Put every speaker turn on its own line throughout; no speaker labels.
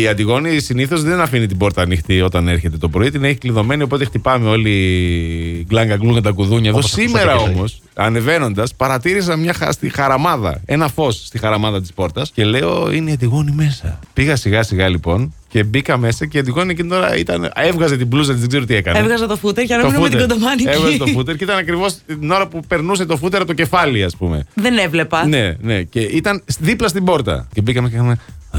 Η Αντιγόνη συνήθως δεν αφήνει την πόρτα ανοιχτή όταν έρχεται το πρωί, την έχει κλειδωμένη. Οπότε χτυπάμε όλοι γκλάγκα γκλούγκα τα κουδούνια εδώ.
Όπως ακούσατε
Σήμερα
και χθε.
όμω, ανεβαίνοντας, παρατήρησα μια χα... στη χαραμάδα. Ένα φως στη χαραμάδα της πόρτας και λέω είναι η Αντιγόνη μέσα. Πήγα σιγά σιγά λοιπόν και μπήκα μέσα και η Αντιγόνη εκείνη τώρα ήταν, έβγαζε την μπλούζα της, δεν ξέρω τι έκανε.
Έβγαζα το φούτερ για να
Το
μείνουμε την
φούτερ. Έβγαζε το
κοντομάνικη.
φούτερ και ήταν ακριβώς την ώρα που περνούσε το φούτερ από το κεφάλι, ας πούμε.
Δεν έβλεπα.
Ναι, ναι. Και ήταν δίπλα στην πόρτα. Και μπήκαμε και κάναμε. «Α».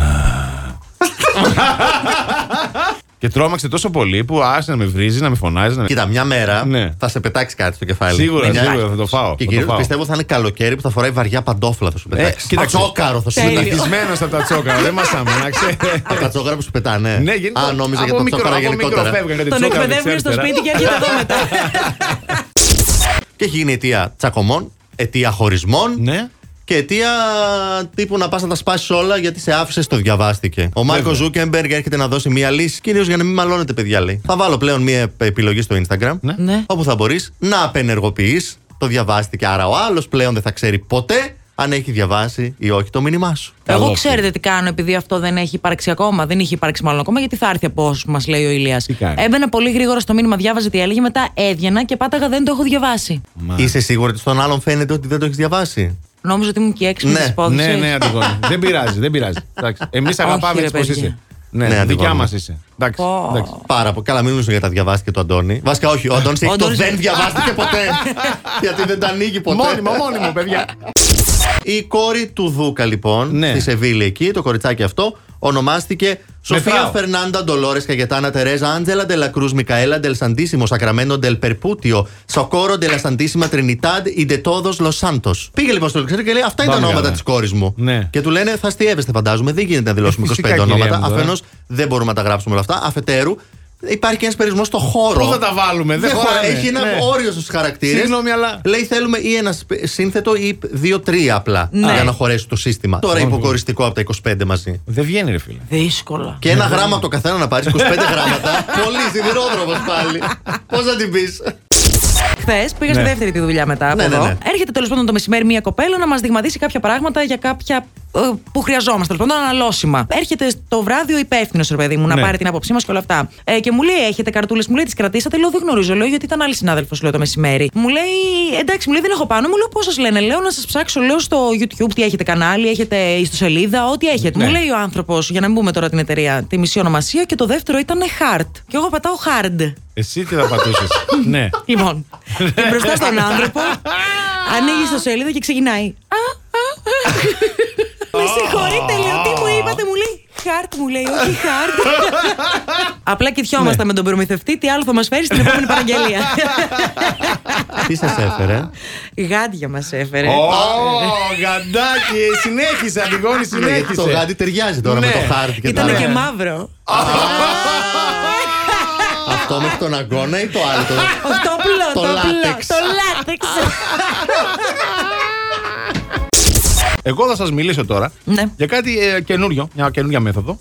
και τρόμαξε τόσο πολύ που άρχισε να με βρίζει, να με φωνάζει. Να... με-
Κοίτα, μια μέρα
Ναι.
θα σε πετάξει κάτι στο κεφάλι.
Σίγουρα,
Μια-
σίγουρα, θα το φάω,
Ναι, Και
θα το
κυρίως
φάω. Ε,
πιστεύω θα είναι καλοκαίρι που θα φοράει βαριά παντόφλα θα σου πετάξει.
κοίταξε.
Πατσόκαρο θα σου
Τέλειο.
πετάξει.
Συναχισμένος από τα τσόκαρα, δεν μασάμε, να ξέρετε.
Από τα τσόκαρα που σου πετάνε.
ναι, γενικά.
Ναι. Α, νόμιζα για
από
τα
μικρό-
τσόκαρα
από
γενικότερα.
μικρό φεύγανε
Τον
τσόκαρα
εκπαιδεύει στο
δεξιά-αριστερά.
σπίτι και έρχεται εδώ μετά.
Και έχει γίνει αιτία τσακωμών, αιτία χωρισμών.
Ναι.
Και αιτία τύπου να πας να τα σπάσεις όλα γιατί σε άφησες, το διαβάστηκε. Ο Μάρκος Ζούκεμπεργκ έρχεται να δώσει μία λύση, κυρίως για να μην μαλώνετε, παιδιά λέει. Θα βάλω πλέον μία επιλογή στο Instagram,
Ναι.
όπου θα μπορείς να απενεργοποιείς. Το διαβάστηκε, άρα ο άλλος πλέον δεν θα ξέρει ποτέ αν έχει διαβάσει ή όχι το μήνυμά σου.
Εγώ ξέρετε τι κάνω, επειδή αυτό δεν έχει υπάρξει ακόμα. Δεν είχε υπάρξει μάλλον ακόμα, γιατί θα έρθει από όσους μας λέει ο Ηλίας.
Τι κάνει?
Έμπαινα πολύ γρήγορα στο μήνυμα, διάβαζε τι έλεγε, μετά έβγαινα και πάταγα δεν το έχω διαβάσει.
Είσαι σίγουρη ότι στον άλλον φαίνεται ότι δεν το έχεις διαβάσει.
Νόμιζα ότι ήμουν και έξυπνη
Ναι,
της υπόθεσης.
Ναι, ναι, Αντιγόνη. δεν πειράζει, δεν πειράζει. Εμεί αγαπάμε
ρε,
έτσι πως
παιδιά.
είσαι. Ναι,
Ναι,
δικιά
Αντιγόνη.
μας είσαι. Εντάξει,
Πω.
εντάξει.
Πάρα πολύ. Καλά, μην μιλήσουμε για τα διαβάστηκε του Αντώνη. Βασικά, όχι. Ο Αντώνης έχει το
Αντώνης-
δεν διαβάστηκε ποτέ. γιατί δεν τα ανοίγει ποτέ.
Μόνιμο, μόνιμο, παιδιά.
Η κόρη του Δούκα, λοιπόν,
Ναι.
στη Σεβίλη εκεί, το κοριτσάκι αυτό, ονομάστηκε Σοφία
Μετράω.
Φερνάντα Ντολόρες Καγετάνα Τερέζα Άντζελα Ντελακρού Μικαέλα Ντελσαντίσιμο Σακραμένο Ντελπερπούτιο Σοκόρο Ντελασαντίσιμα Τρινιτάντ Ιντετόδος Λος Σάντος. Πήγε λοιπόν στο εξωτερικό και λέει: Αυτά είναι τα
Πάμε
ονόματα
καλά.
της κόρης μου.
Ναι.
Και του λένε: Θα αστείευεστε, φαντάζομαι. Δεν γίνεται να δηλώσουμε
φυσικά,
25
κυρία
ονόματα.
μου, ε. τώρα.
Αφενός δεν μπορούμε να τα γράψουμε όλα αυτά. Αφετέρου υπάρχει και ένας περιορισμός στο χώρο.
Πού θα τα βάλουμε, δεν
χωρά-
χωράνε.
Έχει ένα
Ναι.
όριο στους χαρακτήρες.
Συγγνώμη, αλλά-
Λέει θέλουμε ή ένα σπ- σύνθετο ή δύο-τρία απλά
Ναι.
για να χωρέσει το σύστημα. Τώρα υποκοριστικό από τα 25 μαζί.
Δεν βγαίνει, ρε φίλε.
Δύσκολα.
Και ένα γράμμα από το καθένα να πάρεις 25 γράμματα. Πολύ σιδηρόδρομος πάλι. Πώς να την πεις.
Χθες πήγα στη
Ναι.
δεύτερη τη δουλειά μετά από
Ναι, ναι,
εδώ.
ναι.
Έρχεται τέλος πάντων το μεσημέρι μία κοπέλα να μας δειγματίσει κάποια πράγματα για κάποια. ε, που χρειαζόμαστε, τέλος πάντων, αναλώσιμα. Έρχεται το βράδυ ο υπεύθυνος, ρε παιδί μου, να
Ναι.
πάρει την άποψή μας και όλα αυτά. Ε, και μου λέει: Έχετε καρτούλες, μου λέει τις κρατήσατε. Λέω: Δεν γνωρίζω, λέω γιατί ήταν άλλη συνάδελφος, λέω το μεσημέρι. Μου λέει: Εντάξει, μου λέει δεν έχω πάνω, μου λέω πώς σας λένε. Λέω να σας ψάξω, λέω στο YouTube τι έχετε κανάλι, έχετε ιστοσελίδα, ό,τι έχετε.
Ναι.
Μου λέει ο άνθρωπος, για να μην πούμε τώρα την εταιρεία, τη μισή ονομασία και το δεύτερο ήταν Hard. Και εγώ πατάω Hard.
Εσύ τι θα πατούσες. ναι.
Λοιπόν, και μπροστά στον άνθρωπο ανοίγει στο σελίδα και ξεκινάει. Α, α, α. Με συγχωρείτε, λέω, τι μου είπατε, μου λέει. Χάρτ μου λέει, όχι χάρτ. Απλά
Ναι.
κοιτιόμαστε με τον προμηθευτή, τι άλλο θα μας φέρει στην επόμενη παραγγελία.
Τι σας έφερε.
Γάντια μας
Ε,
έφερε.
Ω, γαντάκι, συνέχισε, Αντιγόνη,
Ναι, γιατί
συνέχισε.
το γάντι ταιριάζει τώρα
Ναι.
με το χάρτη και τα
Ήταν και
άλλα.
μαύρο.
Αυτό μέχρι τον αγκώνα ή το άλλο. το-
Ο- Το πλό,
Το
το πλό,
λάτεξ.
το λάτεξ.
Εγώ θα σας μιλήσω τώρα
Ναι.
για κάτι ε, καινούριο, μια καινούργια μέθοδο,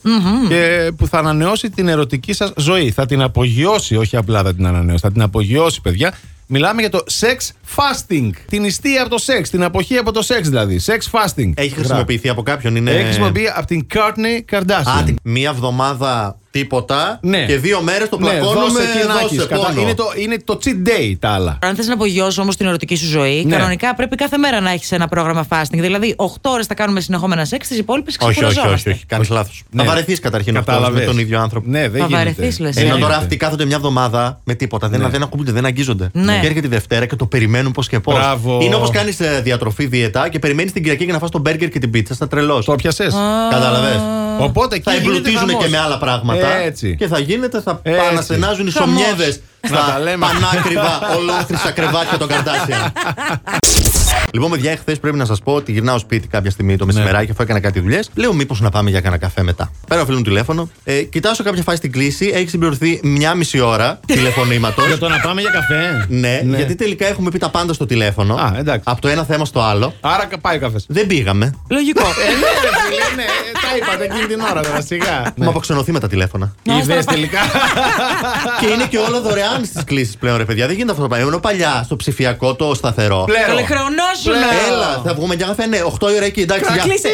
και που θα ανανεώσει την ερωτική σας ζωή. Θα την απογειώσει, όχι απλά θα την ανανεώσει, θα την απογειώσει, παιδιά. Μιλάμε για το sex fasting. Την νηστεία από το σεξ, την αποχή από το σεξ δηλαδή. Sex fasting.
Έχει χρησιμοποιηθεί από κάποιον. Είναι...
Έχει χρησιμοποιεί από την Courtney Kardashian.
Α, τι- μία εβδομάδα τίποτα
Ναι.
και δύο μέρες το
ναι,
πλακώνουμε.
δώσε κοινάκι,
δώσε
κατά-
πόνο.
είναι, το, είναι το cheat day τα άλλα.
Αν θες να απογειώσει όμως την ερωτική σου ζωή,
Ναι.
κανονικά πρέπει κάθε μέρα να έχεις ένα πρόγραμμα fasting. Δηλαδή, 8 ώρες θα κάνουμε συνεχόμενα σεξ, τις υπόλοιπες
Όχι, όχι, όχι,
ξεκουραζόμαστε.
όχι. Κάνεις λάθο.
Ναι.
Θα βαρεθείς καταρχήν να
Κατάλαβες.
με τον ίδιο άνθρωπο. Ε,
Ναι, δεν
Θα
γίνεται.
βαρεθείς, λες.
Δεν
Ενώ
γίνεται.
τώρα αυτοί κάθονται μια εβδομάδα με τίποτα. Δεν,
Ναι.
δεν ακούγονται, δεν αγγίζονται.
Ναι.
Και έρχεται η Δευτέρα και το περιμένουν πώς και πώς.
Μπράβο.
Είναι όπως κάνεις διατροφή, διαιτά και περιμένεις την Κυριακή για να φας τον μπέργκερ και την πίτσα. Θα τρελός.
Το πιασέ.
Κατάλαβες.
Οπότε εκεί
Θα
γίνεται
εμπλουτίζουν
χαμός.
και με άλλα πράγματα.
Έτσι.
Και θα γίνεται, θα
Έτσι.
αναστενάζουν οι
Χαμός.
σομιέδες
Να τα
στα
λέμε.
πανάκριβα, ολόχρυσα κρεβάτια των Καρτάσια. Λοιπόν, παιδιά, εχθές πρέπει να σας πω ότι γυρνάω σπίτι κάποια στιγμή
Ναι.
το μεσημεράκι, αφού έκανα κάτι δουλειές. Λέω, μήπως να πάμε για κανένα καφέ μετά. Πέρα φίλο μου τηλέφωνο. Ε, κοιτάζω κάποια φάση στην κλίση, έχει συμπληρωθεί μια μισή ώρα τηλεφωνήματος.
Για το να πάμε για καφέ.
ναι, γιατί τελικά έχουμε πει τα πάντα στο τηλέφωνο.
Α, εντάξει.
Από το ένα θέμα στο άλλο.
Άρα κα- πάει καφές.
Δεν πήγαμε.
Λογικό.
Ε, ναι, ρε φίλε, ναι, ε, τα είπατε εκείνη την ώρα τώρα, σιγά.
Έχουμε αποξενωθεί με τα τηλέφωνα.
Είδε τελικά.
και είναι και όλα δωρεάν δωρεάν στι κλήσεις πλέον, ρε παιδιά. Δεν γίνεται αυτό το πράγμα. Ενώ παλιά στο ψηφιακό το σταθερό.
Πλέον.
Καλεχρονόσουνα.
Πλέον.
Έλα, θα βγούμε για καφέ. Ναι, 8 η ώρα εκεί, εντάξει. γεια.
Κλείσε.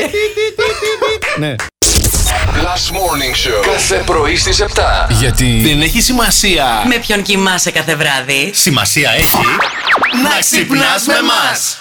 Ναι.
Last Morning Show. Κάθε πρωί στις 7.
Γιατί
Δεν έχει σημασία.
Με ποιον κοιμάσαι κάθε βράδυ.
σημασία έχει να ξυπνάς με μας.